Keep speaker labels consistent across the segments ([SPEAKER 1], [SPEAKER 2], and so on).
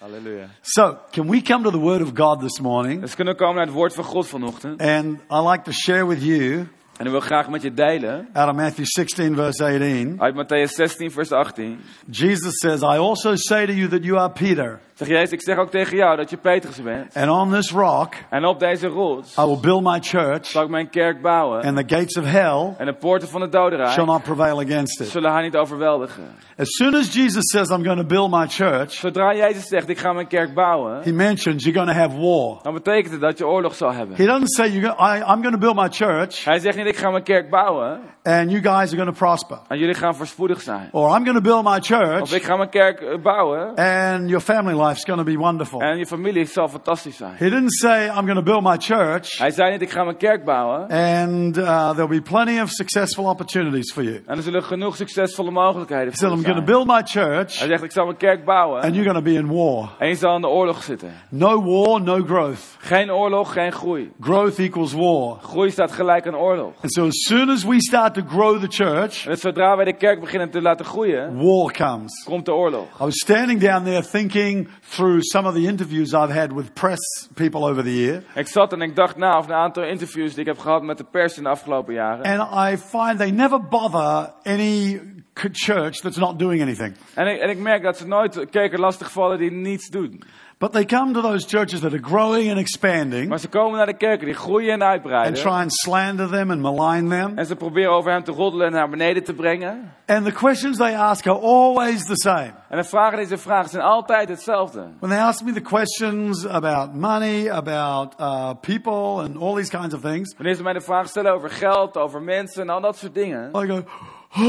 [SPEAKER 1] Halleluja.
[SPEAKER 2] So, can we come to the Word of God this morning?
[SPEAKER 1] Dus we kunnen komen naar het woord van God vanochtend.
[SPEAKER 2] And I like to share with you
[SPEAKER 1] En ik wil graag met je delen
[SPEAKER 2] out of Matthew 16, verse 18.
[SPEAKER 1] uit Matthäus 16, vers 18.
[SPEAKER 2] Jesus says, I also say to you that you are Peter,
[SPEAKER 1] Zeg Jezus, ik zeg ook tegen jou dat je Petrus bent.
[SPEAKER 2] and on this rock
[SPEAKER 1] En op deze rots
[SPEAKER 2] I will build my church,
[SPEAKER 1] zal ik mijn kerk bouwen.
[SPEAKER 2] and the gates of hell
[SPEAKER 1] En de poorten van de dodenrijk
[SPEAKER 2] shall not prevail against it.
[SPEAKER 1] zullen haar niet overweldigen.
[SPEAKER 2] As soon as Jesus says, I'm going to build my church,
[SPEAKER 1] Zodra Jezus zegt, ik ga mijn kerk bouwen,
[SPEAKER 2] he mentions you're going to have war.
[SPEAKER 1] dan betekent het dat je oorlog zal hebben.
[SPEAKER 2] He doesn't say, you're going, I, I'm going to build my church,
[SPEAKER 1] Hij zegt niet, ik ga mijn kerk bouwen
[SPEAKER 2] and you guys are going to prosper.
[SPEAKER 1] en jullie gaan voorspoedig zijn.
[SPEAKER 2] Or I'm going to build my
[SPEAKER 1] Of
[SPEAKER 2] church,
[SPEAKER 1] ik ga mijn kerk eh, bouwen
[SPEAKER 2] and your family life's going to be wonderful.
[SPEAKER 1] en je familie zal fantastisch zijn.
[SPEAKER 2] He didn't say, I'm going to build my church
[SPEAKER 1] Hij zei niet, ik ga mijn kerk bouwen
[SPEAKER 2] and uh, there'll be plenty of successful opportunities for you.
[SPEAKER 1] en er zullen genoeg succesvolle mogelijkheden
[SPEAKER 2] He said,
[SPEAKER 1] voor
[SPEAKER 2] I'm
[SPEAKER 1] je
[SPEAKER 2] going to
[SPEAKER 1] zijn.
[SPEAKER 2] build my church
[SPEAKER 1] Hij zegt, ik zal mijn kerk bouwen
[SPEAKER 2] and you're going to be in war.
[SPEAKER 1] en je zal in de oorlog zitten.
[SPEAKER 2] No war, no growth.
[SPEAKER 1] Geen oorlog, geen groei.
[SPEAKER 2] Growth equals war.
[SPEAKER 1] Groei staat gelijk aan oorlog.
[SPEAKER 2] And so as soon as we start to grow the church,
[SPEAKER 1] En dus zodra wij de kerk beginnen te laten groeien,
[SPEAKER 2] war comes.
[SPEAKER 1] komt de oorlog.
[SPEAKER 2] I was standing down there thinking through some of the interviews I've had with press people over the year,
[SPEAKER 1] Ik zat en ik dacht na over een aantal interviews die ik heb gehad met de pers in de afgelopen jaren.
[SPEAKER 2] and I find they never bother any c- church that's not doing anything.
[SPEAKER 1] En ik, en ik merk dat ze nooit kerken lastigvallen die niets doen.
[SPEAKER 2] But they come to those churches that are growing and expanding
[SPEAKER 1] Maar ze komen naar de kerken die groeien en
[SPEAKER 2] and
[SPEAKER 1] uitbreiden.
[SPEAKER 2] try and slander them and malign them.
[SPEAKER 1] En ze proberen over hem te roddelen en naar beneden te brengen.
[SPEAKER 2] And the questions they ask are always the same.
[SPEAKER 1] En de vragen die ze vragen zijn altijd hetzelfde.
[SPEAKER 2] When they ask me the questions about money, about uh, people, and all these kinds of things,
[SPEAKER 1] Wanneer ze mij de vraag stellen over geld, over mensen en al dat soort dingen.
[SPEAKER 2] I go,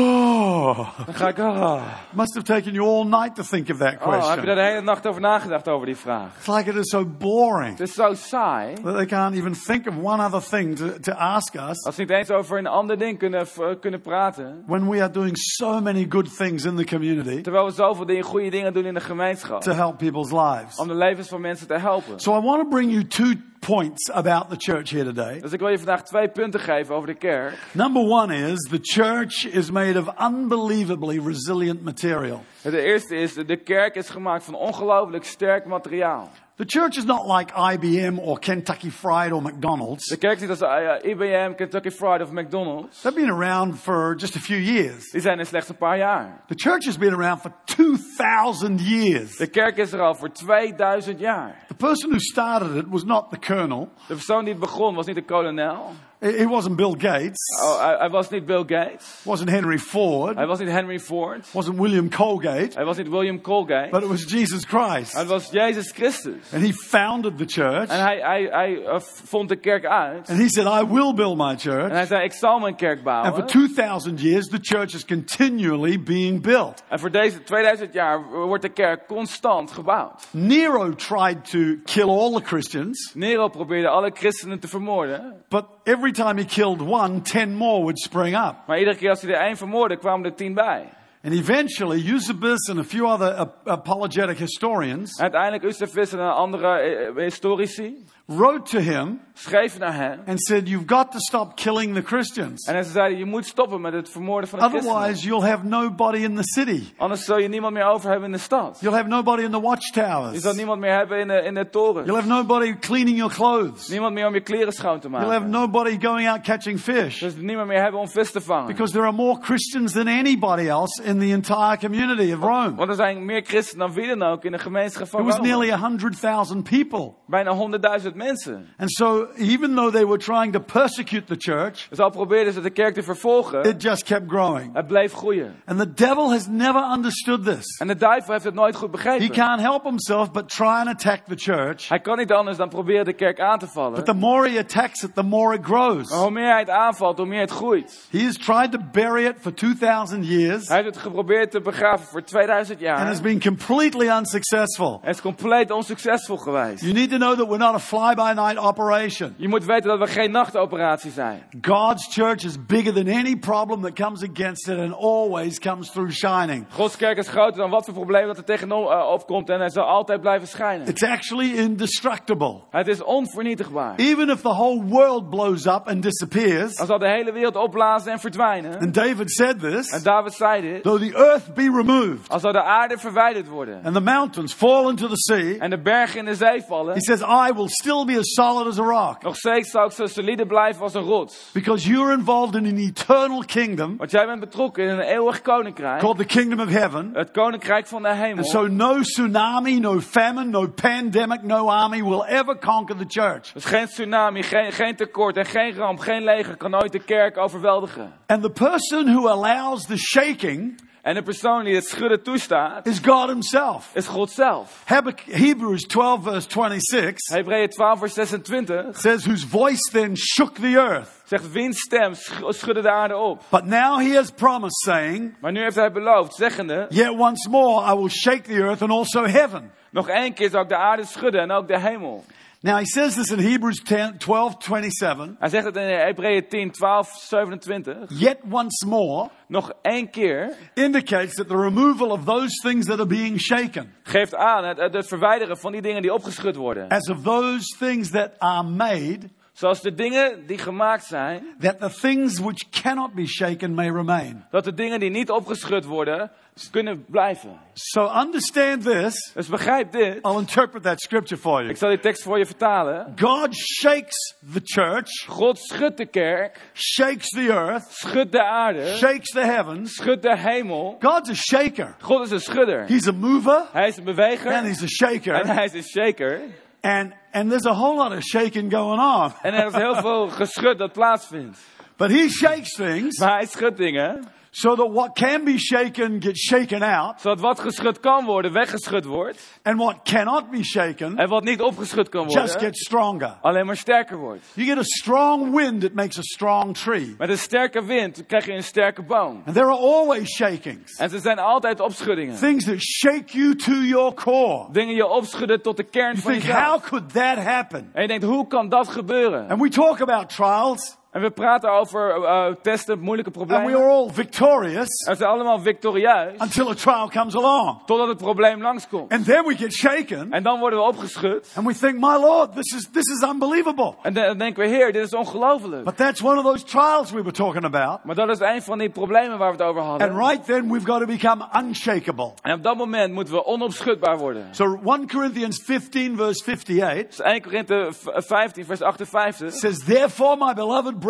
[SPEAKER 2] oh,
[SPEAKER 1] Dan ga ik, oh,
[SPEAKER 2] must have taken you all night to think of that
[SPEAKER 1] oh, heb je daar
[SPEAKER 2] question.
[SPEAKER 1] de hele nacht over nagedacht over die vraag?
[SPEAKER 2] It's like it is so boring
[SPEAKER 1] Het is zo saai.
[SPEAKER 2] that they can't even think of one other thing to, to ask us
[SPEAKER 1] Als ze niet eens over een ander ding kunnen, v- eh, kunnen praten.
[SPEAKER 2] when we are doing so many good things in the community
[SPEAKER 1] Terwijl we zoveel dingen, goede dingen doen in de gemeenschap.
[SPEAKER 2] to help people's lives.
[SPEAKER 1] Om de levens van mensen te helpen.
[SPEAKER 2] So I want to bring you two points about the church here today.
[SPEAKER 1] Dus ik wil je vandaag twee punten geven over de kerk.
[SPEAKER 2] Number one is the church is made of unbelievably resilient material.
[SPEAKER 1] Het eerste is, de kerk is gemaakt van ongelooflijk sterk materiaal.
[SPEAKER 2] The church is not like IBM or Kentucky Fried or McDonald's.
[SPEAKER 1] De kerk is niet als eh, IBM, Kentucky Fried of McDonald's.
[SPEAKER 2] They've been around for just a few years.
[SPEAKER 1] Die zijn er slechts een paar jaar.
[SPEAKER 2] The church has been around for 2,000 years.
[SPEAKER 1] De kerk is er al voor 2000 jaar.
[SPEAKER 2] The person who started it was not the colonel.
[SPEAKER 1] De persoon die het begon was niet de kolonel.
[SPEAKER 2] It it wasn't Bill Gates.
[SPEAKER 1] Oh, hij, hij was niet Bill Gates.
[SPEAKER 2] wasn't Henry Ford.
[SPEAKER 1] Hij was niet Henry Ford.
[SPEAKER 2] wasn't William Colgate.
[SPEAKER 1] Hij was niet William Colgate.
[SPEAKER 2] But it was Jesus Christ.
[SPEAKER 1] Maar het was Jezus Christus.
[SPEAKER 2] And he founded the church.
[SPEAKER 1] En hij, hij, hij eh, vond de kerk uit.
[SPEAKER 2] And he said, I will build my
[SPEAKER 1] En
[SPEAKER 2] church.
[SPEAKER 1] hij zei, ik zal mijn kerk
[SPEAKER 2] And for
[SPEAKER 1] bouwen.
[SPEAKER 2] 2,000 years, the church is continually being built.
[SPEAKER 1] En voor deze 2000 jaar wordt de kerk constant gebouwd.
[SPEAKER 2] Nero tried to kill all the Christians,
[SPEAKER 1] Nero probeerde alle christenen te vermoorden.
[SPEAKER 2] but every time he killed one, 10 more would spring up.
[SPEAKER 1] Maar iedere keer als hij er één vermoordde, kwamen er tien bij.
[SPEAKER 2] And eventually, Eusebius and a few other ap- apologetic historians
[SPEAKER 1] Uiteindelijk Eusebius en een andere eh, eh, historici
[SPEAKER 2] wrote to him
[SPEAKER 1] schreven naar hem.
[SPEAKER 2] and said, You've got to stop killing the Christians.
[SPEAKER 1] En ze zeiden, je moet stoppen met het vermoorden van de christenen.
[SPEAKER 2] Otherwise, you'll have nobody in the city.
[SPEAKER 1] Anders zul je niemand meer over hebben in de stad.
[SPEAKER 2] You'll have nobody in the
[SPEAKER 1] Je
[SPEAKER 2] watchtowers.
[SPEAKER 1] zal niemand meer hebben in de, in de toren.
[SPEAKER 2] You'll have nobody cleaning your clothes.
[SPEAKER 1] Niemand meer om je kleren schoon te
[SPEAKER 2] You'll have
[SPEAKER 1] maken.
[SPEAKER 2] nobody going out catching fish.
[SPEAKER 1] Dus niemand meer hebben om vis te vangen.
[SPEAKER 2] Because there are more Christians than anybody else in the entire community of Rome.
[SPEAKER 1] Want er zijn meer christenen dan wie dan ook in de gemeenschap
[SPEAKER 2] It
[SPEAKER 1] van
[SPEAKER 2] was nearly
[SPEAKER 1] Rome.
[SPEAKER 2] 100,000 people.
[SPEAKER 1] Bijna 100.000 mensen.
[SPEAKER 2] And so, even though they were trying to persecute the church,
[SPEAKER 1] Dus al probeerden ze de kerk te vervolgen,
[SPEAKER 2] it just kept growing.
[SPEAKER 1] het bleef groeien.
[SPEAKER 2] And the devil has never understood this.
[SPEAKER 1] En de duivel heeft het nooit goed
[SPEAKER 2] He
[SPEAKER 1] begrepen.
[SPEAKER 2] can't help himself but try and attack the church.
[SPEAKER 1] Hij kan niet anders dan proberen de kerk aan te
[SPEAKER 2] But
[SPEAKER 1] vallen.
[SPEAKER 2] the more he attacks it, the more it grows.
[SPEAKER 1] Maar hoe meer hij het aanvalt, hoe meer het groeit.
[SPEAKER 2] He has tried to bury it for 2,000 years
[SPEAKER 1] Hij heeft het geprobeerd te begraven voor 2000
[SPEAKER 2] and
[SPEAKER 1] jaar.
[SPEAKER 2] has been completely unsuccessful.
[SPEAKER 1] Het is compleet onsuccesvol geweest.
[SPEAKER 2] You need to know that we're not a fly by night operation.
[SPEAKER 1] Je moet weten dat we geen nachtoperatie zijn.
[SPEAKER 2] God's church is bigger than any problem that comes against it and always comes through shining.
[SPEAKER 1] Gods kerk is groter dan wat voor probleem dat er tegenop eh, opkomt en hij zal altijd blijven schijnen.
[SPEAKER 2] It's actually indestructible.
[SPEAKER 1] Het is onvernietigbaar.
[SPEAKER 2] Even if the whole world blows up and disappears,
[SPEAKER 1] Als al de hele wereld opblazen en verdwijnen.
[SPEAKER 2] and David said this,
[SPEAKER 1] En David zei dit.
[SPEAKER 2] though the earth be removed
[SPEAKER 1] Als zou de aarde verwijderd worden.
[SPEAKER 2] and the mountains fall into the sea,
[SPEAKER 1] En de bergen in de zee
[SPEAKER 2] he
[SPEAKER 1] vallen.
[SPEAKER 2] says, I will still be as solid as a rock.
[SPEAKER 1] Nog steeds zou ik zo solide blijven als een rots.
[SPEAKER 2] Because you're involved in an eternal kingdom
[SPEAKER 1] Want jij bent betrokken in een eeuwig koninkrijk.
[SPEAKER 2] called the kingdom of heaven.
[SPEAKER 1] Het koninkrijk van de
[SPEAKER 2] And
[SPEAKER 1] hemel.
[SPEAKER 2] so no tsunami, no famine, no pandemic, no army will ever conquer the church.
[SPEAKER 1] Dus geen tsunami, geen, geen tekort en geen ramp, geen leger kan ooit de kerk overweldigen.
[SPEAKER 2] And the person who allows the shaking
[SPEAKER 1] En de persoon die het schudden toestaat,
[SPEAKER 2] is God himself.
[SPEAKER 1] is God zelf.
[SPEAKER 2] Habakkuk, Hebrews 12 verse 26
[SPEAKER 1] Hebreeën 12 vers 26
[SPEAKER 2] says, whose voice then shook the earth.
[SPEAKER 1] zegt, wiens stem sch- schudde de aarde op.
[SPEAKER 2] But now he has promised saying,
[SPEAKER 1] Maar nu heeft hij beloofd, zeggende,
[SPEAKER 2] yet once more I will shake the earth and also heaven.
[SPEAKER 1] nog één keer zal ik de aarde schudden en ook de hemel.
[SPEAKER 2] Now he says this in Hebrews 10, 12, 27.
[SPEAKER 1] Hij zegt het in Hebreeën 10, 12, 27.
[SPEAKER 2] Yet once more
[SPEAKER 1] Nog één keer
[SPEAKER 2] indicates that the removal of those things that are being shaken,
[SPEAKER 1] geeft aan het, het, het verwijderen van die dingen die opgeschud worden.
[SPEAKER 2] as of those things that are made,
[SPEAKER 1] Zoals de dingen die gemaakt zijn,
[SPEAKER 2] that the things which cannot be shaken may remain.
[SPEAKER 1] dat de dingen die niet opgeschud worden, kunnen blijven.
[SPEAKER 2] So understand this.
[SPEAKER 1] Dus begrijp dit.
[SPEAKER 2] I'll interpret that scripture for you.
[SPEAKER 1] Ik zal die tekst voor je vertalen.
[SPEAKER 2] God shakes the church,
[SPEAKER 1] God schudt de kerk,
[SPEAKER 2] shakes the earth,
[SPEAKER 1] schudt de aarde,
[SPEAKER 2] shakes the heavens.
[SPEAKER 1] schudt de hemel.
[SPEAKER 2] God's a shaker.
[SPEAKER 1] God is een schudder.
[SPEAKER 2] He's a mover
[SPEAKER 1] Hij is een beweger
[SPEAKER 2] and he's a
[SPEAKER 1] en
[SPEAKER 2] shaker.
[SPEAKER 1] hij is een shaker.
[SPEAKER 2] And, and there's a whole lot of shaking going on.
[SPEAKER 1] En er is heel veel geschud dat plaatsvindt.
[SPEAKER 2] But he shakes things
[SPEAKER 1] Maar hij schudt dingen,
[SPEAKER 2] so that what can be shaken gets shaken out,
[SPEAKER 1] zodat wat geschud kan worden, weggeschud wordt.
[SPEAKER 2] and what cannot be shaken
[SPEAKER 1] En wat niet opgeschud kan
[SPEAKER 2] just
[SPEAKER 1] worden,
[SPEAKER 2] gets stronger.
[SPEAKER 1] alleen maar sterker wordt.
[SPEAKER 2] You get a strong wind, it makes a strong tree.
[SPEAKER 1] Met een sterke wind krijg je een sterke boom.
[SPEAKER 2] And there are always shakings.
[SPEAKER 1] En ze zijn altijd opschuddingen.
[SPEAKER 2] Things that shake you to your core.
[SPEAKER 1] Dingen je opschudden tot de kern
[SPEAKER 2] You
[SPEAKER 1] van
[SPEAKER 2] think, how
[SPEAKER 1] jezelf.
[SPEAKER 2] could that happen?
[SPEAKER 1] En je denkt, hoe kan dat gebeuren?
[SPEAKER 2] And we talk about trials,
[SPEAKER 1] En we praten over eh, testen, moeilijke
[SPEAKER 2] and we
[SPEAKER 1] problemen.
[SPEAKER 2] are all victorious
[SPEAKER 1] En ze zijn allemaal victorieus,
[SPEAKER 2] until a trial comes along.
[SPEAKER 1] totdat het probleem langskomt.
[SPEAKER 2] And then we get shaken,
[SPEAKER 1] En dan worden we opgeschud.
[SPEAKER 2] and we think, my Lord, this is, this is unbelievable.
[SPEAKER 1] En dan denken we, heer, dit is ongelooflijk.
[SPEAKER 2] But that's one of those trials we were talking about.
[SPEAKER 1] Maar dat is een van die problemen waar we het over hadden.
[SPEAKER 2] And right then, we've got to become unshakable.
[SPEAKER 1] En op dat moment moeten we onopschudbaar worden.
[SPEAKER 2] So 1 Corinthians 15, verse 58
[SPEAKER 1] Dus 1 Korinthe v- 15, vers 58.
[SPEAKER 2] says, Therefore, my beloved brethren,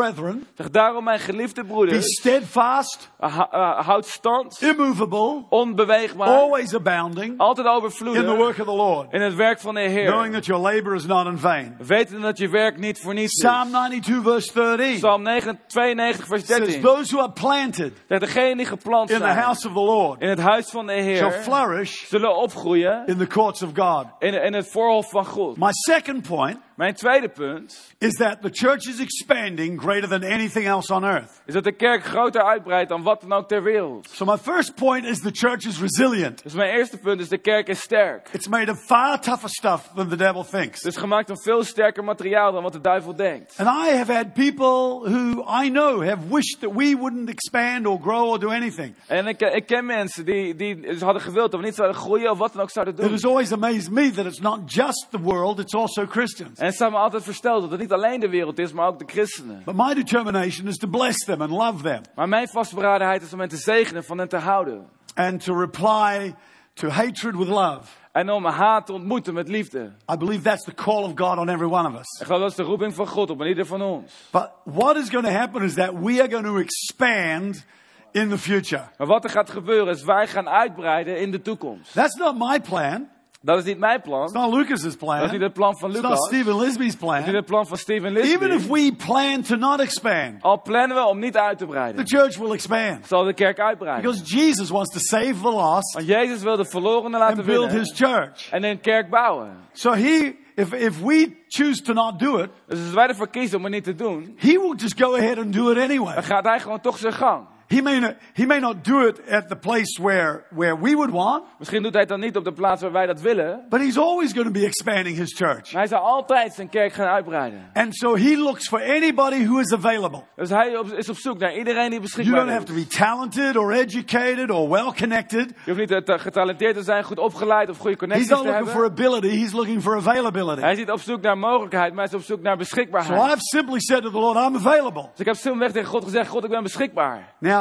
[SPEAKER 1] Zeg daarom, mijn geliefde
[SPEAKER 2] be
[SPEAKER 1] broeders,
[SPEAKER 2] steadfast,
[SPEAKER 1] ha- eh, houd stand,
[SPEAKER 2] immovable,
[SPEAKER 1] onbeweegbaar,
[SPEAKER 2] always abounding
[SPEAKER 1] altijd
[SPEAKER 2] in the
[SPEAKER 1] overvloedig
[SPEAKER 2] work of the Lord,
[SPEAKER 1] in het werk van de
[SPEAKER 2] knowing
[SPEAKER 1] Heer.
[SPEAKER 2] that your labor is not in vain.
[SPEAKER 1] Weten dat je werk niet voor niets
[SPEAKER 2] Psalm
[SPEAKER 1] is.
[SPEAKER 2] 92, verse 13
[SPEAKER 1] Psalm 9, 92, vers
[SPEAKER 2] says,
[SPEAKER 1] 13.
[SPEAKER 2] Those who are planted
[SPEAKER 1] Zeg, degenen die geplant
[SPEAKER 2] in the
[SPEAKER 1] zijn
[SPEAKER 2] house of the Lord
[SPEAKER 1] in het huis van de
[SPEAKER 2] shall
[SPEAKER 1] Heer,
[SPEAKER 2] flourish
[SPEAKER 1] zullen opgroeien
[SPEAKER 2] in the courts of God.
[SPEAKER 1] in, in het voorhof van God.
[SPEAKER 2] My second point
[SPEAKER 1] Mijn tweede punt
[SPEAKER 2] is that the church is expanding greater than anything else on earth.
[SPEAKER 1] is dat de kerk groter uitbreidt dan wat dan ook ter wereld.
[SPEAKER 2] So, my first point is the church is resilient.
[SPEAKER 1] Dus mijn eerste punt is de kerk is sterk.
[SPEAKER 2] It's made of far tougher stuff than the devil thinks.
[SPEAKER 1] Het is gemaakt van veel sterker materiaal dan wat de duivel denkt.
[SPEAKER 2] And I have had people who I know have wished that we wouldn't expand or grow or do anything.
[SPEAKER 1] En ik, ik ken mensen die, die dus hadden gewild dat we niet zouden groeien of wat dan ook zouden
[SPEAKER 2] It
[SPEAKER 1] doen.
[SPEAKER 2] has always amazed me that it's not just the world, it's also Christians.
[SPEAKER 1] En het staat me altijd versteld dat het niet alleen de wereld is, maar ook de christenen.
[SPEAKER 2] But my determination is to bless them and love them
[SPEAKER 1] Maar mijn vastberadenheid is om hen te zegenen, van hen te houden.
[SPEAKER 2] and to reply to hatred with love.
[SPEAKER 1] En om haat te ontmoeten met liefde.
[SPEAKER 2] I believe that's the call of God on every one of us.
[SPEAKER 1] Ik geloof dat is de roeping van God op en ieder van ons.
[SPEAKER 2] But what is going to happen is that we are going to expand in the future.
[SPEAKER 1] Maar wat er gaat gebeuren is wij gaan uitbreiden in de toekomst.
[SPEAKER 2] That's not my plan.
[SPEAKER 1] Dat is niet mijn
[SPEAKER 2] It's
[SPEAKER 1] plan.
[SPEAKER 2] not Lucas's
[SPEAKER 1] Dat is niet
[SPEAKER 2] plan.
[SPEAKER 1] het plan van
[SPEAKER 2] It's not
[SPEAKER 1] Lucas. Dat
[SPEAKER 2] Stephen Lisby's
[SPEAKER 1] is niet
[SPEAKER 2] plan.
[SPEAKER 1] het plan van Steven
[SPEAKER 2] Even if
[SPEAKER 1] Lisby.
[SPEAKER 2] we plan to not expand,
[SPEAKER 1] Al plannen we om niet uit te
[SPEAKER 2] the
[SPEAKER 1] breiden,
[SPEAKER 2] church will expand.
[SPEAKER 1] zal de kerk uitbreiden.
[SPEAKER 2] Because Jesus wants to save the lost
[SPEAKER 1] Want Jezus wil de verlorenen
[SPEAKER 2] and
[SPEAKER 1] laten
[SPEAKER 2] build
[SPEAKER 1] winnen
[SPEAKER 2] his church.
[SPEAKER 1] en een kerk bouwen.
[SPEAKER 2] So he, if, if we choose to not do it,
[SPEAKER 1] Dus als wij ervoor kiezen om het niet te doen,
[SPEAKER 2] he will just go ahead and do it anyway.
[SPEAKER 1] dan gaat hij gewoon toch zijn gang.
[SPEAKER 2] He may not, he may not do it at the place where, where we would want,
[SPEAKER 1] Misschien doet hij het dan niet op de plaats waar wij dat willen.
[SPEAKER 2] but he's always going to be expanding his church.
[SPEAKER 1] Maar hij zal altijd zijn kerk gaan uitbreiden.
[SPEAKER 2] And so he looks for anybody who is available.
[SPEAKER 1] Dus hij op- is op zoek naar iedereen die
[SPEAKER 2] You
[SPEAKER 1] beschikbaar
[SPEAKER 2] don't
[SPEAKER 1] is.
[SPEAKER 2] have to be talented or educated or well connected.
[SPEAKER 1] Je hoeft niet eh, getalenteerd te zijn, goed opgeleid of goede
[SPEAKER 2] He's
[SPEAKER 1] connecties
[SPEAKER 2] not
[SPEAKER 1] te
[SPEAKER 2] looking
[SPEAKER 1] hebben.
[SPEAKER 2] for ability, he's looking for availability.
[SPEAKER 1] Hij is niet op zoek naar mogelijkheid, maar hij is op zoek naar
[SPEAKER 2] So
[SPEAKER 1] beschikbaarheid.
[SPEAKER 2] I've simply said to the Lord, I'm available.
[SPEAKER 1] Dus ik heb simpelweg tegen God gezegd, God, ik ben beschikbaar.
[SPEAKER 2] Now,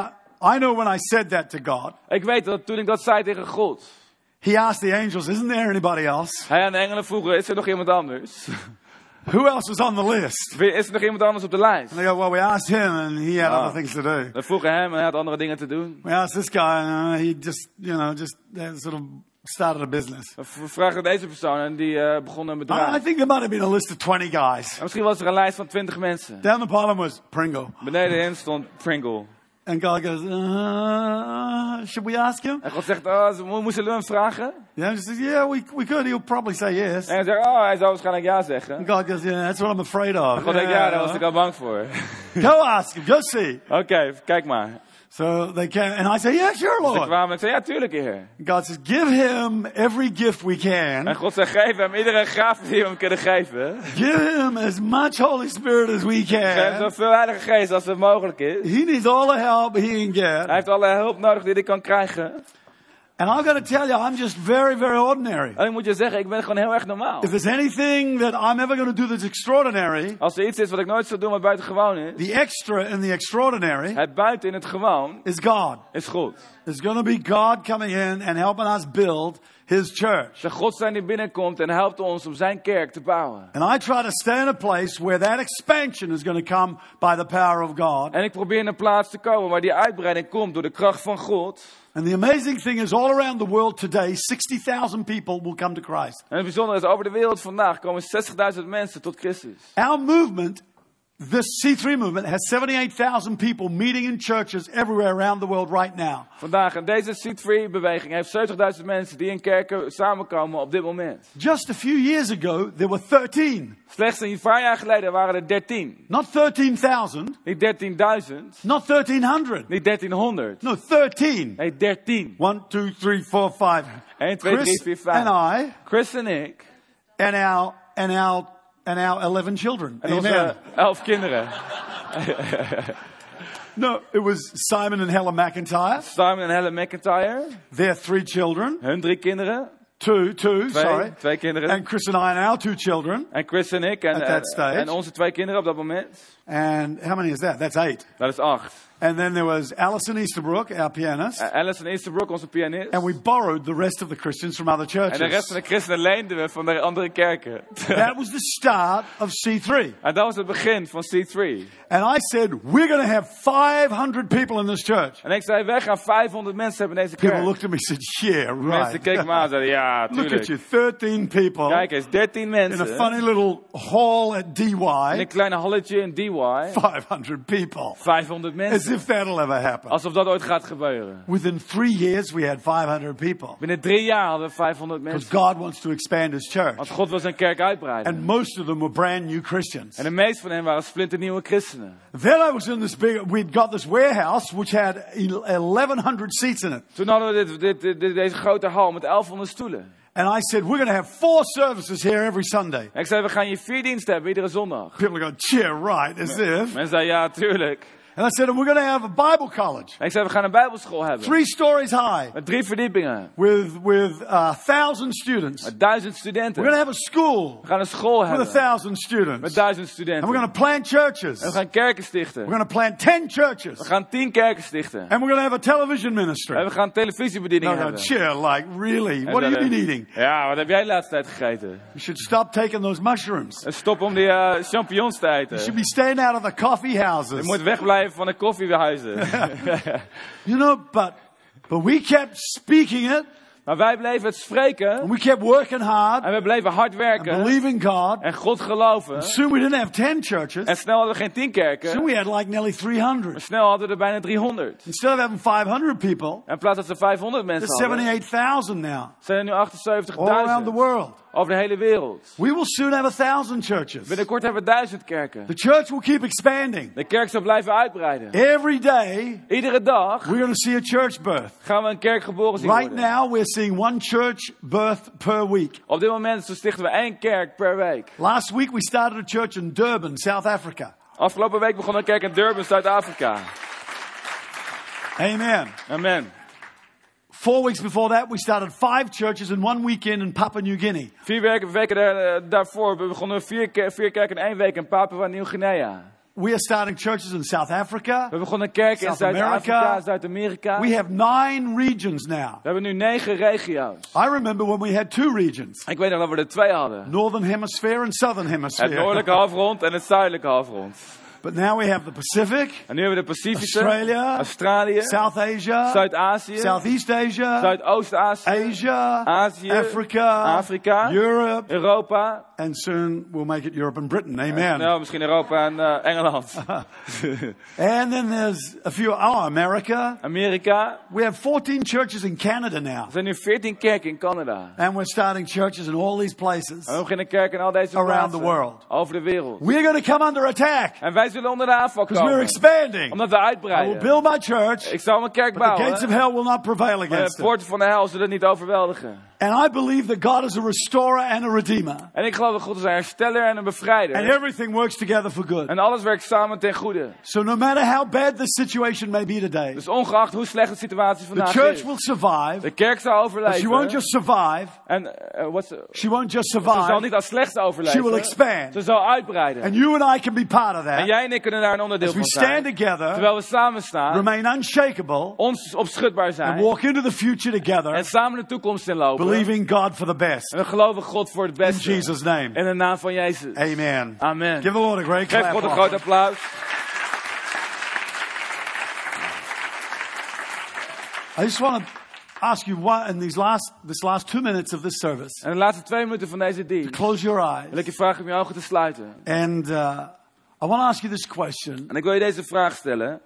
[SPEAKER 2] I know when I said that to God,
[SPEAKER 1] Ik weet dat toen ik dat zei tegen God,
[SPEAKER 2] he asked the angels, Isn't there anybody else?
[SPEAKER 1] hij aan de engelen vroeg, is er nog iemand anders?
[SPEAKER 2] Who else was on the list?
[SPEAKER 1] Wie- Is er nog iemand anders op de lijst?
[SPEAKER 2] And they go, Well, we asked him and he had
[SPEAKER 1] Ah.
[SPEAKER 2] other things to do.
[SPEAKER 1] We vroegen hem en hij had andere dingen te doen.
[SPEAKER 2] We asked this guy and uh, he just, you know, just uh, sort of started a business.
[SPEAKER 1] We v- vragen deze persoon en die eh, begon een bedrijf.
[SPEAKER 2] I, I think there might have been a list of 20 guys.
[SPEAKER 1] En misschien was er een lijst van 20 mensen.
[SPEAKER 2] Down the bottom was Pringle.
[SPEAKER 1] Benedenin stond Pringle.
[SPEAKER 2] And God goes, uh, Should we ask him?
[SPEAKER 1] En God zegt, oh, ze mo- moesten we hem vragen?
[SPEAKER 2] The angel says, Yeah, we, we could. He'll probably say yes.
[SPEAKER 1] En hij zegt, oh, hij zou waarschijnlijk ja zeggen.
[SPEAKER 2] And God goes, Yeah, that's what I'm afraid of.
[SPEAKER 1] God denkt, ja, daar was ik
[SPEAKER 2] Yeah.
[SPEAKER 1] al bang voor.
[SPEAKER 2] Go ask him. Go see.
[SPEAKER 1] Oké, kijk maar.
[SPEAKER 2] So they came, and I say, Yeah, sure,
[SPEAKER 1] Ze
[SPEAKER 2] Lord.
[SPEAKER 1] kwamen en ik zei, ja, tuurlijk, heer.
[SPEAKER 2] God says, Give him every gift we
[SPEAKER 1] En
[SPEAKER 2] can.
[SPEAKER 1] God zei, geef hem iedere gaaf die we hem kunnen geven.
[SPEAKER 2] Give him as much Holy Spirit as we
[SPEAKER 1] Geef hem
[SPEAKER 2] can.
[SPEAKER 1] zoveel heilige geest als het mogelijk is.
[SPEAKER 2] He needs all the help he can
[SPEAKER 1] Hij
[SPEAKER 2] get.
[SPEAKER 1] heeft alle hulp nodig die hij kan krijgen.
[SPEAKER 2] And I've got to tell you, I'm just very, very ordinary.
[SPEAKER 1] En ik moet je zeggen, ik ben gewoon heel erg normaal.
[SPEAKER 2] If there's anything that I'm ever going to do that's extraordinary,
[SPEAKER 1] Als er iets is wat ik nooit zou doen wat buitengewoon is,
[SPEAKER 2] the extra in the extraordinary
[SPEAKER 1] het buiten in het gewoon
[SPEAKER 2] is God.
[SPEAKER 1] is goed.
[SPEAKER 2] It's going to be God coming in and helping us build his church.
[SPEAKER 1] De God zijn die binnenkomt en helpt ons om zijn kerk te bouwen.
[SPEAKER 2] And I try to stay in a place where that expansion is going to come by the power of God.
[SPEAKER 1] En ik probeer in een plaats te komen waar die uitbreiding komt door de kracht van God.
[SPEAKER 2] And the amazing thing is, all around the world today, 60,000 people will come to Christ.
[SPEAKER 1] En het bijzondere is, over de wereld vandaag komen 60.000 mensen tot Christus.
[SPEAKER 2] Our movement, this C3 movement, has 78,000 people meeting in churches everywhere around the world right now.
[SPEAKER 1] Vandaag, en deze Seed Free beweging heeft 70.000 mensen die in kerken samenkomen op dit moment.
[SPEAKER 2] Just a few years ago, there were 13.
[SPEAKER 1] Slechts een paar jaar geleden waren er 13.
[SPEAKER 2] Not 13,000,
[SPEAKER 1] Niet 13.000,
[SPEAKER 2] not 1,300.
[SPEAKER 1] niet 1300.
[SPEAKER 2] No, 13.
[SPEAKER 1] Nee, 13.
[SPEAKER 2] One, two, three, four, five.
[SPEAKER 1] Eén, twee,
[SPEAKER 2] Chris
[SPEAKER 1] drie, vier, vijf.
[SPEAKER 2] and I
[SPEAKER 1] Chris en ik
[SPEAKER 2] and our and our and our eleven children.
[SPEAKER 1] en
[SPEAKER 2] Amen.
[SPEAKER 1] onze 11 kinderen.
[SPEAKER 2] No, it was Simon and Helen McIntyre.
[SPEAKER 1] Simon en Helen McIntyre,
[SPEAKER 2] Their three children.
[SPEAKER 1] hun drie kinderen.
[SPEAKER 2] Two, two,
[SPEAKER 1] Twee,
[SPEAKER 2] sorry.
[SPEAKER 1] twee kinderen.
[SPEAKER 2] And Chris and I and our two children.
[SPEAKER 1] En Chris en ik en,
[SPEAKER 2] At that
[SPEAKER 1] eh,
[SPEAKER 2] stage.
[SPEAKER 1] en onze twee kinderen op dat moment.
[SPEAKER 2] And how many is that? That's eight.
[SPEAKER 1] Dat is acht.
[SPEAKER 2] And then there was Alison Easterbrook, our pianist.
[SPEAKER 1] Eh, Alice en Easterbrook, onze pianist.
[SPEAKER 2] And we borrowed the rest of the Christians from other
[SPEAKER 1] en de rest
[SPEAKER 2] churches.
[SPEAKER 1] van de christenen leenden we van de andere kerken.
[SPEAKER 2] That was the start of C3.
[SPEAKER 1] en dat was het begin van C3.
[SPEAKER 2] And I said, we're going to have 500 people in this church.
[SPEAKER 1] En ik zei, wij gaan 500 mensen hebben in deze
[SPEAKER 2] People
[SPEAKER 1] kerk.
[SPEAKER 2] looked at me and said, yeah,
[SPEAKER 1] Mensen
[SPEAKER 2] right.
[SPEAKER 1] keken me aan en zeiden, ja,
[SPEAKER 2] Look at you,
[SPEAKER 1] tuurlijk.
[SPEAKER 2] 13 people
[SPEAKER 1] Kijk eens, 13
[SPEAKER 2] in a
[SPEAKER 1] mensen.
[SPEAKER 2] funny little hall at
[SPEAKER 1] In
[SPEAKER 2] DY,
[SPEAKER 1] een kleine halletje in DY.
[SPEAKER 2] 500 people.
[SPEAKER 1] 500
[SPEAKER 2] As
[SPEAKER 1] mensen.
[SPEAKER 2] if that'll ever happen.
[SPEAKER 1] Alsof dat ooit gaat gebeuren.
[SPEAKER 2] Within three years, we had 500 people.
[SPEAKER 1] Binnen drie jaar hadden we 500
[SPEAKER 2] Because
[SPEAKER 1] mensen.
[SPEAKER 2] God wants to expand His church.
[SPEAKER 1] Want God wil zijn kerk uitbreiden.
[SPEAKER 2] And most of them were brand new Christians.
[SPEAKER 1] En de meeste van hen waren splinternieuwe christenen.
[SPEAKER 2] Then I was in this big, we'd got this warehouse which had el- 1,100 seats in it.
[SPEAKER 1] Toen hadden we dit, dit, dit- dit- deze grote hal met 1100 stoelen.
[SPEAKER 2] And I said, we're going to have four services here every Sunday.
[SPEAKER 1] En ik zei, we gaan hier vier diensten hebben iedere zondag.
[SPEAKER 2] People are going, yeah, right, as if.
[SPEAKER 1] Mensen zeiden, ja, tuurlijk.
[SPEAKER 2] And I said, and we're going to have a Bible college,
[SPEAKER 1] En ik zei, we gaan een bijbelschool hebben.
[SPEAKER 2] three stories high,
[SPEAKER 1] Met drie verdiepingen.
[SPEAKER 2] with with a thousand students.
[SPEAKER 1] Met duizend
[SPEAKER 2] We're going to
[SPEAKER 1] studenten.
[SPEAKER 2] have a school
[SPEAKER 1] We gaan een school
[SPEAKER 2] with a
[SPEAKER 1] hebben.
[SPEAKER 2] thousand students,
[SPEAKER 1] Met
[SPEAKER 2] and
[SPEAKER 1] duizend studenten.
[SPEAKER 2] we're going to plant churches.
[SPEAKER 1] En we
[SPEAKER 2] We're
[SPEAKER 1] gaan kerken stichten.
[SPEAKER 2] going to plant ten
[SPEAKER 1] We
[SPEAKER 2] churches,
[SPEAKER 1] gaan tien kerken stichten.
[SPEAKER 2] and we're going to have a television
[SPEAKER 1] En
[SPEAKER 2] ministry.
[SPEAKER 1] we gaan televisiebedieningen
[SPEAKER 2] No, no,
[SPEAKER 1] hebben.
[SPEAKER 2] cheer, like really?
[SPEAKER 1] En
[SPEAKER 2] What have
[SPEAKER 1] dan,
[SPEAKER 2] you been
[SPEAKER 1] eh,
[SPEAKER 2] eating?
[SPEAKER 1] Ja, wat heb jij de laatste tijd gegeten?
[SPEAKER 2] You should stop taking those mushrooms.
[SPEAKER 1] En stop om die eh, champignons te
[SPEAKER 2] You should
[SPEAKER 1] eten.
[SPEAKER 2] be staying out of the coffee
[SPEAKER 1] Je
[SPEAKER 2] houses.
[SPEAKER 1] moet wegblijven van de koffiehuizen.
[SPEAKER 2] You know, but but we kept speaking it,
[SPEAKER 1] maar wij bleven het spreken.
[SPEAKER 2] and we kept working hard,
[SPEAKER 1] En we bleven hard werken.
[SPEAKER 2] believing God.
[SPEAKER 1] En God geloven.
[SPEAKER 2] Soon we didn't have ten churches.
[SPEAKER 1] En snel hadden we geen tien
[SPEAKER 2] Soon
[SPEAKER 1] kerken.
[SPEAKER 2] we had like nearly 300.
[SPEAKER 1] Snel hadden we er bijna 300.
[SPEAKER 2] Instead of having 500 people,
[SPEAKER 1] En in plaats dat ze 500 mensen
[SPEAKER 2] there's
[SPEAKER 1] hadden,
[SPEAKER 2] 78,000 now,
[SPEAKER 1] zijn er nu
[SPEAKER 2] all around the
[SPEAKER 1] 78.000.
[SPEAKER 2] world.
[SPEAKER 1] over de hele wereld.
[SPEAKER 2] We will soon have a thousand churches.
[SPEAKER 1] Binnenkort hebben we duizend kerken.
[SPEAKER 2] The church will keep expanding.
[SPEAKER 1] De kerk zal blijven uitbreiden.
[SPEAKER 2] Every day,
[SPEAKER 1] Iedere dag
[SPEAKER 2] we're going to see a church birth.
[SPEAKER 1] gaan we een kerk geboren zien
[SPEAKER 2] Right
[SPEAKER 1] worden.
[SPEAKER 2] now, we're seeing one church birth per week.
[SPEAKER 1] Op dit moment zo stichten we één kerk per week.
[SPEAKER 2] Last week, we started a church in Durban, South Africa.
[SPEAKER 1] Afgelopen week begon een kerk in Durban, Zuid-Afrika.
[SPEAKER 2] Amen.
[SPEAKER 1] Amen.
[SPEAKER 2] Four weeks before that, we started five churches in one weekend in Papua New Guinea.
[SPEAKER 1] Vier weken, weken daar- eh, daarvoor begonnen we vier, ke- vier kerken in één week in Papua Nieuw-Guinea.
[SPEAKER 2] We are starting churches in South Africa.
[SPEAKER 1] We begonnen een kerk in
[SPEAKER 2] South
[SPEAKER 1] Zuid-Afrika,
[SPEAKER 2] America.
[SPEAKER 1] Zuid-Amerika.
[SPEAKER 2] We have nine regions now.
[SPEAKER 1] We hebben nu negen regio's.
[SPEAKER 2] I remember when we had two regions
[SPEAKER 1] Ik weet nog dat we er twee hadden.
[SPEAKER 2] Northern Hemisphere and Southern
[SPEAKER 1] Het
[SPEAKER 2] Hemisphere.
[SPEAKER 1] noordelijke halfrond en het zuidelijke halfrond.
[SPEAKER 2] But now we have the Pacific,
[SPEAKER 1] En nu hebben we de Pacifische,
[SPEAKER 2] Australia,
[SPEAKER 1] Australië,
[SPEAKER 2] South Asia,
[SPEAKER 1] Zuid-Azië,
[SPEAKER 2] Southeast Asia,
[SPEAKER 1] Zuidoost-Azië,
[SPEAKER 2] Asia,
[SPEAKER 1] Azië,
[SPEAKER 2] Africa,
[SPEAKER 1] Afrika,
[SPEAKER 2] Europe,
[SPEAKER 1] Europa.
[SPEAKER 2] and soon we'll make it Europe and Britain.
[SPEAKER 1] Nou,
[SPEAKER 2] Amen.
[SPEAKER 1] misschien Europa en eh, Engeland.
[SPEAKER 2] And then there's a few, oh, America.
[SPEAKER 1] Amerika. Er
[SPEAKER 2] We have 14 churches in Canada now.
[SPEAKER 1] zijn nu 14 kerken in Canada.
[SPEAKER 2] And we're starting churches in all these places.
[SPEAKER 1] En we beginnen kerken in al deze
[SPEAKER 2] Around
[SPEAKER 1] plaatsen.
[SPEAKER 2] the world.
[SPEAKER 1] Over de wereld.
[SPEAKER 2] We're going to come under attack
[SPEAKER 1] En wij zullen onder de aanval
[SPEAKER 2] because we're
[SPEAKER 1] komen.
[SPEAKER 2] expanding.
[SPEAKER 1] Omdat we
[SPEAKER 2] I will
[SPEAKER 1] uitbreiden.
[SPEAKER 2] build my church,
[SPEAKER 1] Ik zal mijn kerk
[SPEAKER 2] but the gates of
[SPEAKER 1] bouwen.
[SPEAKER 2] hell will not prevail
[SPEAKER 1] Maar de
[SPEAKER 2] against it.
[SPEAKER 1] poorten van de hel zullen niet overweldigen.
[SPEAKER 2] And I believe that God is a restorer and a redeemer.
[SPEAKER 1] En ik geloof dat God is een hersteller en een bevrijder.
[SPEAKER 2] And everything works together for good.
[SPEAKER 1] En alles werkt samen ten goede.
[SPEAKER 2] So no matter how bad the situation may be today,
[SPEAKER 1] Dus ongeacht hoe slecht de situatie
[SPEAKER 2] the
[SPEAKER 1] vandaag
[SPEAKER 2] church
[SPEAKER 1] is.
[SPEAKER 2] will survive.
[SPEAKER 1] De kerk zal
[SPEAKER 2] But she won't
[SPEAKER 1] overleven.
[SPEAKER 2] just survive.
[SPEAKER 1] En eh, wat ze,
[SPEAKER 2] She won't just
[SPEAKER 1] ze zal
[SPEAKER 2] survive.
[SPEAKER 1] niet als slechts overleven.
[SPEAKER 2] Ah, She will expand.
[SPEAKER 1] Ze zal uitbreiden.
[SPEAKER 2] And you and I can be part of
[SPEAKER 1] en
[SPEAKER 2] that.
[SPEAKER 1] jij en ik kunnen daar een onderdeel
[SPEAKER 2] As we
[SPEAKER 1] van
[SPEAKER 2] stand
[SPEAKER 1] zijn.
[SPEAKER 2] together,
[SPEAKER 1] Terwijl we samen staan,
[SPEAKER 2] remain unshakable,
[SPEAKER 1] ons opschudbaar
[SPEAKER 2] and
[SPEAKER 1] zijn.
[SPEAKER 2] walk into the future together,
[SPEAKER 1] En samen de toekomst inlopen.
[SPEAKER 2] believing God for the best.
[SPEAKER 1] En we geloven God voor het
[SPEAKER 2] In
[SPEAKER 1] beste.
[SPEAKER 2] Jesus' name.
[SPEAKER 1] In de naam van Jezus.
[SPEAKER 2] Amen.
[SPEAKER 1] Amen.
[SPEAKER 2] Give the Lord a great
[SPEAKER 1] Geef
[SPEAKER 2] clap.
[SPEAKER 1] God een
[SPEAKER 2] offering.
[SPEAKER 1] groot applaus.
[SPEAKER 2] I just want to ask you why in these last this last two minutes of this service,
[SPEAKER 1] En de laatste twee minuten van deze dienst
[SPEAKER 2] close your eyes,
[SPEAKER 1] wil ik je vragen om je ogen te sluiten.
[SPEAKER 2] and uh, I want to ask you this question:
[SPEAKER 1] En ik wil je deze vraag stellen.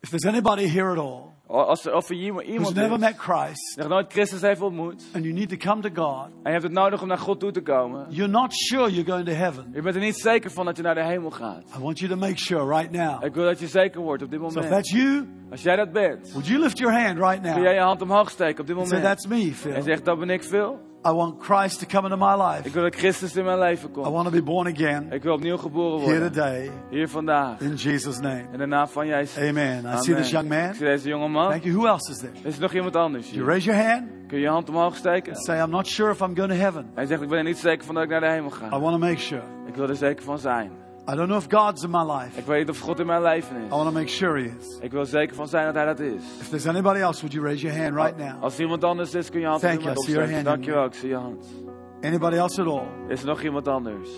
[SPEAKER 2] If there's anybody here at all
[SPEAKER 1] Als er, of er iemand
[SPEAKER 2] who's
[SPEAKER 1] iemand
[SPEAKER 2] never
[SPEAKER 1] is
[SPEAKER 2] met Christ
[SPEAKER 1] die nog nooit Christus heeft ontmoet.
[SPEAKER 2] and you need to come to God,
[SPEAKER 1] En je hebt het nodig om naar God toe te komen.
[SPEAKER 2] you're not sure you're going to heaven.
[SPEAKER 1] Je bent er niet zeker van dat je naar de hemel gaat.
[SPEAKER 2] I want you to make sure right now.
[SPEAKER 1] Ik wil dat je zeker wordt op dit
[SPEAKER 2] So if
[SPEAKER 1] moment.
[SPEAKER 2] that's you,
[SPEAKER 1] Als jij dat bent,
[SPEAKER 2] would you lift your hand right
[SPEAKER 1] kun jij
[SPEAKER 2] now?
[SPEAKER 1] je hand omhoog steken op dit
[SPEAKER 2] Say
[SPEAKER 1] moment.
[SPEAKER 2] that's me,
[SPEAKER 1] En
[SPEAKER 2] Phil.
[SPEAKER 1] zegt, dat ben ik veel.
[SPEAKER 2] I want Christ to come into my
[SPEAKER 1] Ik
[SPEAKER 2] life.
[SPEAKER 1] wil dat Christus in mijn leven
[SPEAKER 2] I
[SPEAKER 1] komt.
[SPEAKER 2] want to be born again
[SPEAKER 1] Ik wil opnieuw geboren
[SPEAKER 2] here
[SPEAKER 1] worden.
[SPEAKER 2] today
[SPEAKER 1] Hier vandaag.
[SPEAKER 2] in Jesus' name.
[SPEAKER 1] In de naam van Jezus.
[SPEAKER 2] Amen. I see
[SPEAKER 1] Amen.
[SPEAKER 2] this young
[SPEAKER 1] Ik
[SPEAKER 2] man.
[SPEAKER 1] zie deze jonge man.
[SPEAKER 2] Thank you. Who else is there?
[SPEAKER 1] Is er nog iemand anders
[SPEAKER 2] You
[SPEAKER 1] hier?
[SPEAKER 2] raise your hand.
[SPEAKER 1] Kun je je hand omhoog steken?
[SPEAKER 2] Say, I'm not sure if I'm going to heaven.
[SPEAKER 1] Hij zegt, ik ben er niet zeker van dat ik naar de hemel
[SPEAKER 2] I
[SPEAKER 1] ga.
[SPEAKER 2] want to make sure.
[SPEAKER 1] Ik wil er zeker van zijn.
[SPEAKER 2] I don't know if God's in my life.
[SPEAKER 1] Ik weet niet of God in mijn leven
[SPEAKER 2] I
[SPEAKER 1] is.
[SPEAKER 2] want to make sure He is.
[SPEAKER 1] Ik wil er zeker van zijn dat hij dat is.
[SPEAKER 2] If there's anybody else, would you raise your hand right now?
[SPEAKER 1] Als er iemand anders is, kun je je hand
[SPEAKER 2] Thank
[SPEAKER 1] opnieuw
[SPEAKER 2] you. I see your
[SPEAKER 1] opsteken.
[SPEAKER 2] hand.
[SPEAKER 1] Dankjewel, ik zie je hand.
[SPEAKER 2] Anybody else at all?
[SPEAKER 1] Is er nog iemand anders?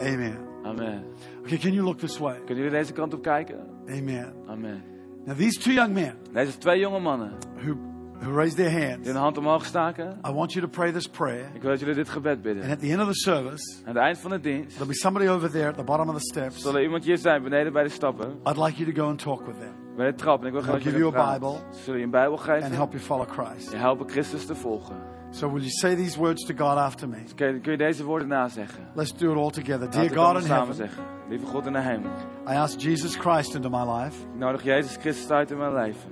[SPEAKER 2] Amen.
[SPEAKER 1] Amen.
[SPEAKER 2] Okay, can you look this way?
[SPEAKER 1] Kunnen jullie deze kant op kijken?
[SPEAKER 2] Amen.
[SPEAKER 1] Amen.
[SPEAKER 2] Now, these two young men
[SPEAKER 1] Deze twee jonge mannen
[SPEAKER 2] who, who raised their
[SPEAKER 1] die
[SPEAKER 2] hands,
[SPEAKER 1] hun hand omhoog staken.
[SPEAKER 2] I want you to pray this prayer.
[SPEAKER 1] Ik wil dat jullie dit gebed bidden.
[SPEAKER 2] And
[SPEAKER 1] Aan
[SPEAKER 2] at the end of the service,
[SPEAKER 1] het eind van de dienst
[SPEAKER 2] there'll be somebody over there at the bottom of the steps.
[SPEAKER 1] zal er iemand hier zijn beneden bij de stappen,
[SPEAKER 2] I'd like you to go and talk with them
[SPEAKER 1] bij de trap. En ik wil graag
[SPEAKER 2] I'll
[SPEAKER 1] dat je
[SPEAKER 2] give you
[SPEAKER 1] met
[SPEAKER 2] a
[SPEAKER 1] praat.
[SPEAKER 2] Bible.
[SPEAKER 1] Ze Zullen je een Bijbel
[SPEAKER 2] and
[SPEAKER 1] geven
[SPEAKER 2] help you follow Christ.
[SPEAKER 1] en helpen Christus te volgen.
[SPEAKER 2] So, will you say these words to God after me?
[SPEAKER 1] Oké, dan kun je deze woorden nazeggen.
[SPEAKER 2] Let's do it all together.
[SPEAKER 1] Laten
[SPEAKER 2] Dear
[SPEAKER 1] we het
[SPEAKER 2] God
[SPEAKER 1] allemaal
[SPEAKER 2] in
[SPEAKER 1] samen
[SPEAKER 2] heaven,
[SPEAKER 1] zeggen. Lieve God in de hemel,
[SPEAKER 2] I ask Jesus Christ into my life.
[SPEAKER 1] ik nodig Jezus Christus uit in mijn leven.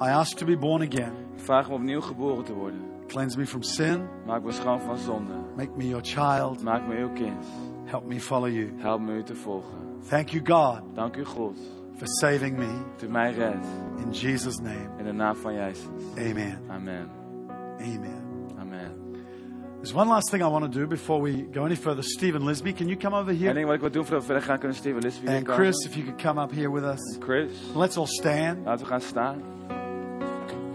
[SPEAKER 2] I ask to be born again.
[SPEAKER 1] Ik vraag me opnieuw geboren te worden.
[SPEAKER 2] Cleanse me from sin.
[SPEAKER 1] Maak me schoon van zonde.
[SPEAKER 2] Make me your child.
[SPEAKER 1] Maak me uw kind.
[SPEAKER 2] Help me follow you.
[SPEAKER 1] Help me u te volgen.
[SPEAKER 2] Thank you, God,
[SPEAKER 1] Dank u God
[SPEAKER 2] for saving me.
[SPEAKER 1] dat u mij redt.
[SPEAKER 2] In Jesus' name,
[SPEAKER 1] In de naam van Jezus.
[SPEAKER 2] amen.
[SPEAKER 1] Amen.
[SPEAKER 2] Amen.
[SPEAKER 1] Amen.
[SPEAKER 2] There's one last thing I want to do before we go any further. Stephen Lisby, can you come over
[SPEAKER 1] Eén
[SPEAKER 2] here?
[SPEAKER 1] ding wat ik wil doen voordat we verder gaan, kunnen Steve en Liz weer
[SPEAKER 2] And
[SPEAKER 1] komen?
[SPEAKER 2] Chris, if you could come up here with us.
[SPEAKER 1] Chris,
[SPEAKER 2] Let's all stand
[SPEAKER 1] laten we gaan staan.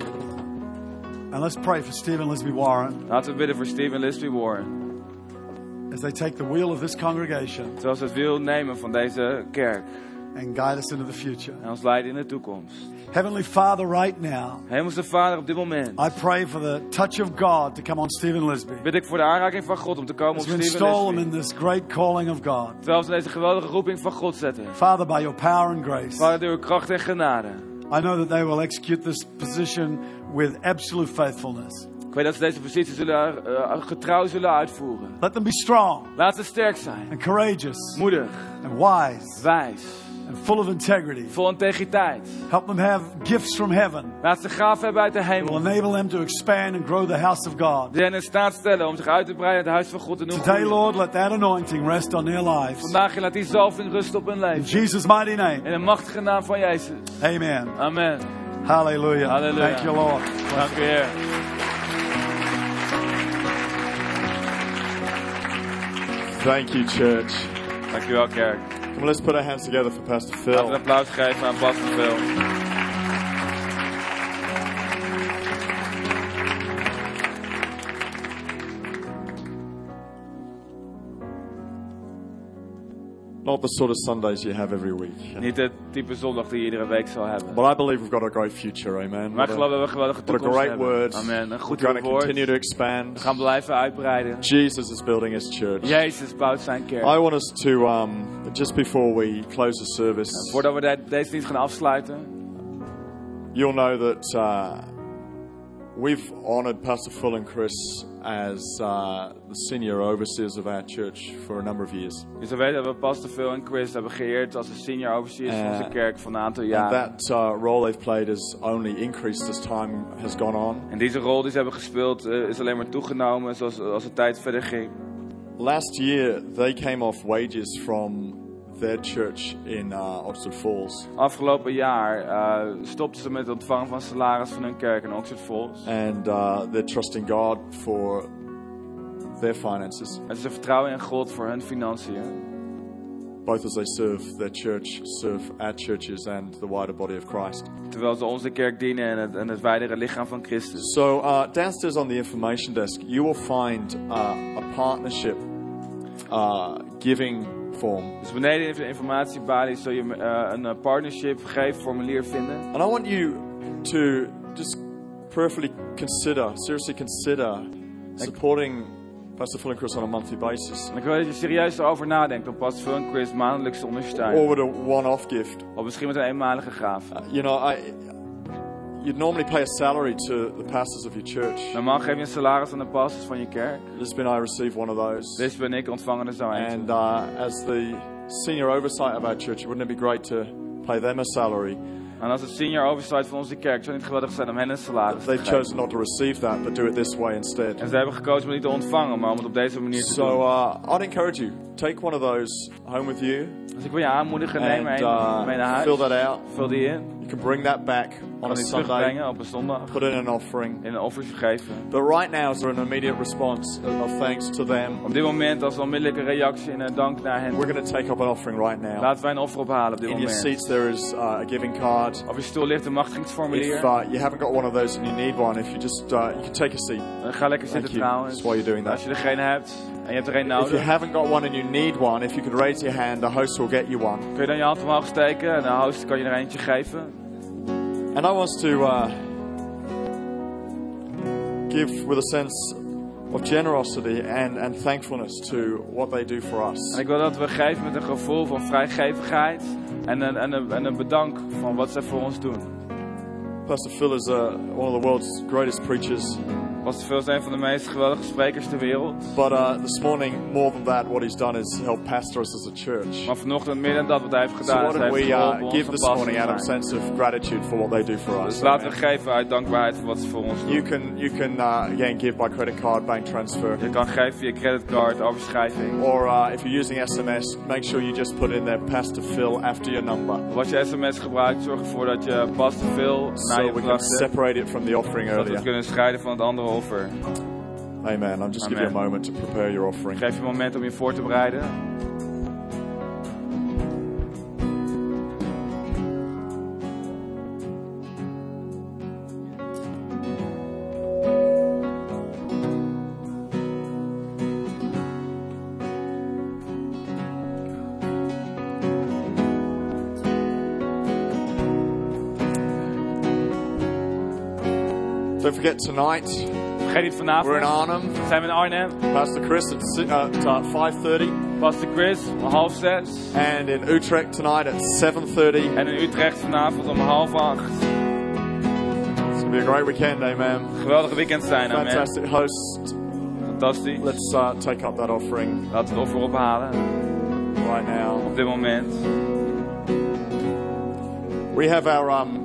[SPEAKER 2] and let's pray for Stephen Lisby Warren
[SPEAKER 1] Laten we bidden voor Steve en Liz Warren.
[SPEAKER 2] as they take the wheel of this congregation
[SPEAKER 1] Zoals het wil nemen van deze kerk.
[SPEAKER 2] and guide us into the future.
[SPEAKER 1] En ons leiden in de toekomst.
[SPEAKER 2] Heavenly Father, right now,
[SPEAKER 1] Hemelse Vader, op dit moment
[SPEAKER 2] I pray for the touch of God to come on Stephen Lisby.
[SPEAKER 1] bid ik voor de aanraking van God om te komen op
[SPEAKER 2] As we
[SPEAKER 1] Steve en
[SPEAKER 2] install him
[SPEAKER 1] Liz.
[SPEAKER 2] in this great calling of God.
[SPEAKER 1] Terwijl ze deze geweldige roeping van God zetten.
[SPEAKER 2] Father, by your power and grace,
[SPEAKER 1] Vader, door uw kracht en genade.
[SPEAKER 2] I know that they will execute this position with absolute faithfulness.
[SPEAKER 1] Ik weet dat ze deze positie zullen, eh, getrouw zullen uitvoeren.
[SPEAKER 2] Let them be strong
[SPEAKER 1] Laat ze sterk zijn,
[SPEAKER 2] and courageous
[SPEAKER 1] moedig,
[SPEAKER 2] and wise
[SPEAKER 1] wijs,
[SPEAKER 2] and full of integrity.
[SPEAKER 1] vol integriteit.
[SPEAKER 2] Help them have gifts from heaven
[SPEAKER 1] Laat ze gaven hebben uit de
[SPEAKER 2] that
[SPEAKER 1] hemel.
[SPEAKER 2] will enable them to expand and grow the house of God.
[SPEAKER 1] Die hen in staat stellen om zich uit te breiden, het huis van God te noemen.
[SPEAKER 2] Today, Lord, let that anointing rest on their lives.
[SPEAKER 1] Vandaag laat die zalving rust op hun
[SPEAKER 2] In
[SPEAKER 1] leven.
[SPEAKER 2] Jesus' mighty name,
[SPEAKER 1] In de machtige naam van Jezus.
[SPEAKER 2] amen.
[SPEAKER 1] Amen.
[SPEAKER 2] Hallelujah.
[SPEAKER 1] Hallelujah.
[SPEAKER 2] Thank you, Lord.
[SPEAKER 1] Dank u, Heer.
[SPEAKER 3] Thank you, church.
[SPEAKER 1] Dank u wel, kerk.
[SPEAKER 3] Come on, let's put our hands together for Pastor
[SPEAKER 1] Laten we een
[SPEAKER 3] Phil.
[SPEAKER 1] applaus geven aan Pastor Phil.
[SPEAKER 3] Not the sort of Sundays you have every week.
[SPEAKER 1] Niet het type zondag die je iedere week zal hebben.
[SPEAKER 3] But I believe we've got a great future, amen.
[SPEAKER 1] Maar
[SPEAKER 3] What
[SPEAKER 1] ik geloof
[SPEAKER 3] a,
[SPEAKER 1] dat we een geweldige
[SPEAKER 3] what a
[SPEAKER 1] toekomst
[SPEAKER 3] great
[SPEAKER 1] hebben.
[SPEAKER 3] word.
[SPEAKER 1] Amen. Een goed
[SPEAKER 3] We're going to
[SPEAKER 1] woord.
[SPEAKER 3] continue to
[SPEAKER 1] We
[SPEAKER 3] expand.
[SPEAKER 1] gaan blijven uitbreiden.
[SPEAKER 3] Jesus is building his church.
[SPEAKER 1] Jezus bouwt zijn
[SPEAKER 3] I
[SPEAKER 1] kerk.
[SPEAKER 3] want us to, um, just before we close the service,
[SPEAKER 1] Voordat we de- deze dienst gaan afsluiten,
[SPEAKER 3] you'll know that uh, we've honored Pastor Phil and Chris as uh, the senior overseers of our church for a number of years.
[SPEAKER 1] dus we weten dat we Pastor Phil en Chris hebben geëerd als de senior overseers van
[SPEAKER 3] Eh,
[SPEAKER 1] onze kerk van een aantal
[SPEAKER 3] And
[SPEAKER 1] jaren.
[SPEAKER 3] that uh, role they've played has only increased as time has gone on.
[SPEAKER 1] En deze rol die ze hebben gespeeld eh, is alleen maar toegenomen zoals als de tijd verder ging.
[SPEAKER 3] Last year, they came off wages from their church in uh, Oxford Falls.
[SPEAKER 1] Afgelopen jaar eh, stopten ze met het ontvangen van salaris van hun kerk in Oxford Falls.
[SPEAKER 3] and uh, they're trusting God for their finances,
[SPEAKER 1] En ze vertrouwen in God voor hun financiën.
[SPEAKER 3] both as they serve their church, serve our churches, and the wider body of Christ.
[SPEAKER 1] Terwijl ze onze kerk dienen en het, en het wijdere lichaam van Christus.
[SPEAKER 3] So, uh, downstairs on the information desk, you will find uh, a partnership uh, giving form.
[SPEAKER 1] Dus beneden in de informatiebalie zul je eh, een eh, partnership geef formulier vinden.
[SPEAKER 3] And I want you to just prayerfully consider, seriously consider supporting Pastor Phil and Chris on a monthly basis.
[SPEAKER 1] En ik wil dat je serieus erover nadenkt om pas Phil en Chris maandelijks te
[SPEAKER 3] Or
[SPEAKER 1] ondersteunen.
[SPEAKER 3] with a one off gift,
[SPEAKER 1] Of misschien met een eenmalige gave.
[SPEAKER 3] You know, I, you'd normally pay a salary to the pastors of your church.
[SPEAKER 1] Normaal geef je een salaris aan de pastors van je kerk.
[SPEAKER 3] This been I received one of those.
[SPEAKER 1] Dit ben ik ontvangen dus er zo eentje.
[SPEAKER 3] And uh, as the senior oversight of our church, wouldn't it be great to pay them a salary?
[SPEAKER 1] En als het senior oversight van onze kerk zou niet geweldig zijn om hen een salaris te
[SPEAKER 3] They've
[SPEAKER 1] geven.
[SPEAKER 3] chosen not to receive that, but do it this way instead.
[SPEAKER 1] En ze hebben gekozen om het niet te ontvangen, maar om het op deze manier te
[SPEAKER 3] So
[SPEAKER 1] doen.
[SPEAKER 3] uh, I'd encourage you take one of those home with you
[SPEAKER 1] Dus ik wil je aanmoedigen, neem er
[SPEAKER 3] and
[SPEAKER 1] een mee naar
[SPEAKER 3] uh,
[SPEAKER 1] huis.
[SPEAKER 3] fill that out.
[SPEAKER 1] Vul die in.
[SPEAKER 3] You can bring that back on
[SPEAKER 1] Kan
[SPEAKER 3] a
[SPEAKER 1] die
[SPEAKER 3] Sunday,
[SPEAKER 1] terugbrengen op een zondag.
[SPEAKER 3] put in an offering.
[SPEAKER 1] In een offers geven.
[SPEAKER 3] But right now, is there an immediate response of thanks to them?
[SPEAKER 1] Op dit moment als onmiddellijke reactie en een dank naar hen.
[SPEAKER 3] We're going to take up an offering right now.
[SPEAKER 1] Laten wij een offer ophalen op dit
[SPEAKER 3] In your
[SPEAKER 1] moment.
[SPEAKER 3] seats, there is uh, a giving card.
[SPEAKER 1] Op je stoel ligt een machtigingsformulier.
[SPEAKER 3] If uh, you haven't got one of those and you need one, if you just uh, you can take a seat.
[SPEAKER 1] Eh, ga lekker zitten
[SPEAKER 3] Thank you.
[SPEAKER 1] trouwens.
[SPEAKER 3] That's why you're doing that.
[SPEAKER 1] Als je er geen hebt en je hebt er geen
[SPEAKER 3] If you
[SPEAKER 1] nodig,
[SPEAKER 3] haven't got one and you need one, if you could raise your hand, the host will get you one.
[SPEAKER 1] kun je dan je hand omhoog steken en de host kan je er eentje geven.
[SPEAKER 3] And I want us to uh, give with a sense of generosity and, and thankfulness to what they do for us.
[SPEAKER 1] En ik wil dat we geven met een gevoel van vrijgevigheid en een, en een, en een bedank van wat zij voor ons doen.
[SPEAKER 3] Pastor Phil is uh, one of the world's greatest preachers,
[SPEAKER 1] Was veel een van de meest geweldige sprekers ter wereld.
[SPEAKER 3] but uh, this morning, more than that, what he's done is help pastor us as a church.
[SPEAKER 1] Maar vanochtend meer dan dat wat hij heeft
[SPEAKER 3] So
[SPEAKER 1] gedaan.
[SPEAKER 3] why
[SPEAKER 1] is hij heeft
[SPEAKER 3] don't we
[SPEAKER 1] geholpen
[SPEAKER 3] uh,
[SPEAKER 1] ons
[SPEAKER 3] give
[SPEAKER 1] een
[SPEAKER 3] this
[SPEAKER 1] pastor
[SPEAKER 3] morning
[SPEAKER 1] te
[SPEAKER 3] out of a
[SPEAKER 1] zijn.
[SPEAKER 3] sense of gratitude for what they do for us?
[SPEAKER 1] Dus laten we
[SPEAKER 3] Amen.
[SPEAKER 1] geven uit dankbaarheid voor wat ze voor ons doen.
[SPEAKER 3] You can you can uh, again give by credit card, bank transfer,
[SPEAKER 1] Je kan geven via creditcard, overschrijving.
[SPEAKER 3] or uh, if you're using SMS, make sure you just put in there Pastor Phil after your number,
[SPEAKER 1] Of als je sms gebruikt, zorg ervoor dat je pas te veel naar
[SPEAKER 3] so
[SPEAKER 1] je
[SPEAKER 3] we can
[SPEAKER 1] bedrag zet.
[SPEAKER 3] separate it from the offering
[SPEAKER 1] Dat we het
[SPEAKER 3] earlier.
[SPEAKER 1] kunnen scheiden van het andere offer.
[SPEAKER 3] Amen. I'll just give you a
[SPEAKER 1] Amen.
[SPEAKER 3] moment to prepare your offering.
[SPEAKER 1] Geef je een moment om je voor te bereiden.
[SPEAKER 3] Don't forget tonight
[SPEAKER 1] Vergeet niet
[SPEAKER 3] we're in
[SPEAKER 1] vanavond.
[SPEAKER 3] Arnhem.
[SPEAKER 1] Zijn we in Arnhem.
[SPEAKER 3] Pastor Chris at, si- uh, at uh, 5:30,
[SPEAKER 1] Pastor Chris, om half zes.
[SPEAKER 3] and in Utrecht tonight at 7:30.
[SPEAKER 1] En in Utrecht vanavond om half acht.
[SPEAKER 3] It's gonna be a great weekend, amen.
[SPEAKER 1] Geweldig weekend zijn, amen.
[SPEAKER 3] Fantastic hosts.
[SPEAKER 1] Fantastisch.
[SPEAKER 3] Let's uh, take up that offering
[SPEAKER 1] Laten we het offer ophalen
[SPEAKER 3] right now.
[SPEAKER 1] op dit moment.
[SPEAKER 3] We have our um,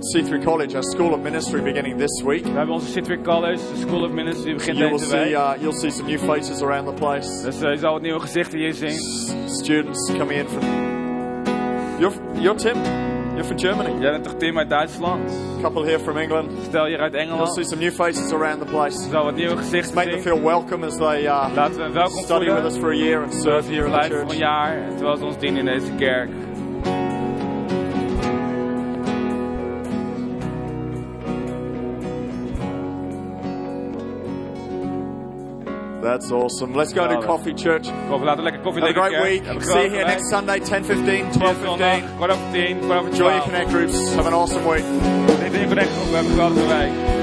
[SPEAKER 3] C3 College, our School of Ministry, beginning this week.
[SPEAKER 1] We hebben onze Citric College, de School of Ministry, begint
[SPEAKER 3] You will
[SPEAKER 1] deze
[SPEAKER 3] see,
[SPEAKER 1] week.
[SPEAKER 3] uh, you'll see some new faces around the place.
[SPEAKER 1] Dus eh, je zal wat nieuwe gezichten hier zien.
[SPEAKER 3] S- Students coming in from. You're, you're Tim. You're from Germany.
[SPEAKER 1] Jij bent toch team uit Duitsland?
[SPEAKER 3] A couple here from England.
[SPEAKER 1] Stel hier uit
[SPEAKER 3] You'll
[SPEAKER 1] Engeland.
[SPEAKER 3] see
[SPEAKER 1] Je
[SPEAKER 3] some new faces around the place.
[SPEAKER 1] zal wat nieuwe
[SPEAKER 3] Make
[SPEAKER 1] gezichten
[SPEAKER 3] them
[SPEAKER 1] zien.
[SPEAKER 3] feel welcome as they uh,
[SPEAKER 1] Laten we hen welkom
[SPEAKER 3] study with
[SPEAKER 1] voelen.
[SPEAKER 3] us for a year and
[SPEAKER 1] Zodat
[SPEAKER 3] serve
[SPEAKER 1] ze
[SPEAKER 3] here
[SPEAKER 1] hier
[SPEAKER 3] in the
[SPEAKER 1] blijven voor een
[SPEAKER 3] church.
[SPEAKER 1] jaar. Terwijl ze ons dienen in deze kerk.
[SPEAKER 3] That's awesome. Let's go to
[SPEAKER 1] Love it.
[SPEAKER 3] Coffee Church.
[SPEAKER 1] Kom, laten we lekker koffie
[SPEAKER 3] Have a
[SPEAKER 1] drinken.
[SPEAKER 3] great
[SPEAKER 1] kerk.
[SPEAKER 3] week.
[SPEAKER 1] Heb een
[SPEAKER 3] See you
[SPEAKER 1] geweldige
[SPEAKER 3] here
[SPEAKER 1] week.
[SPEAKER 3] next Sunday, 10.15,
[SPEAKER 1] Tot zondag,
[SPEAKER 3] 12.15.
[SPEAKER 1] kwart over tien, kwart over
[SPEAKER 3] Enjoy your
[SPEAKER 1] twaalf.
[SPEAKER 3] Connect groups. Have an awesome week.
[SPEAKER 1] Dit is een connect. We hebben een geweldige week.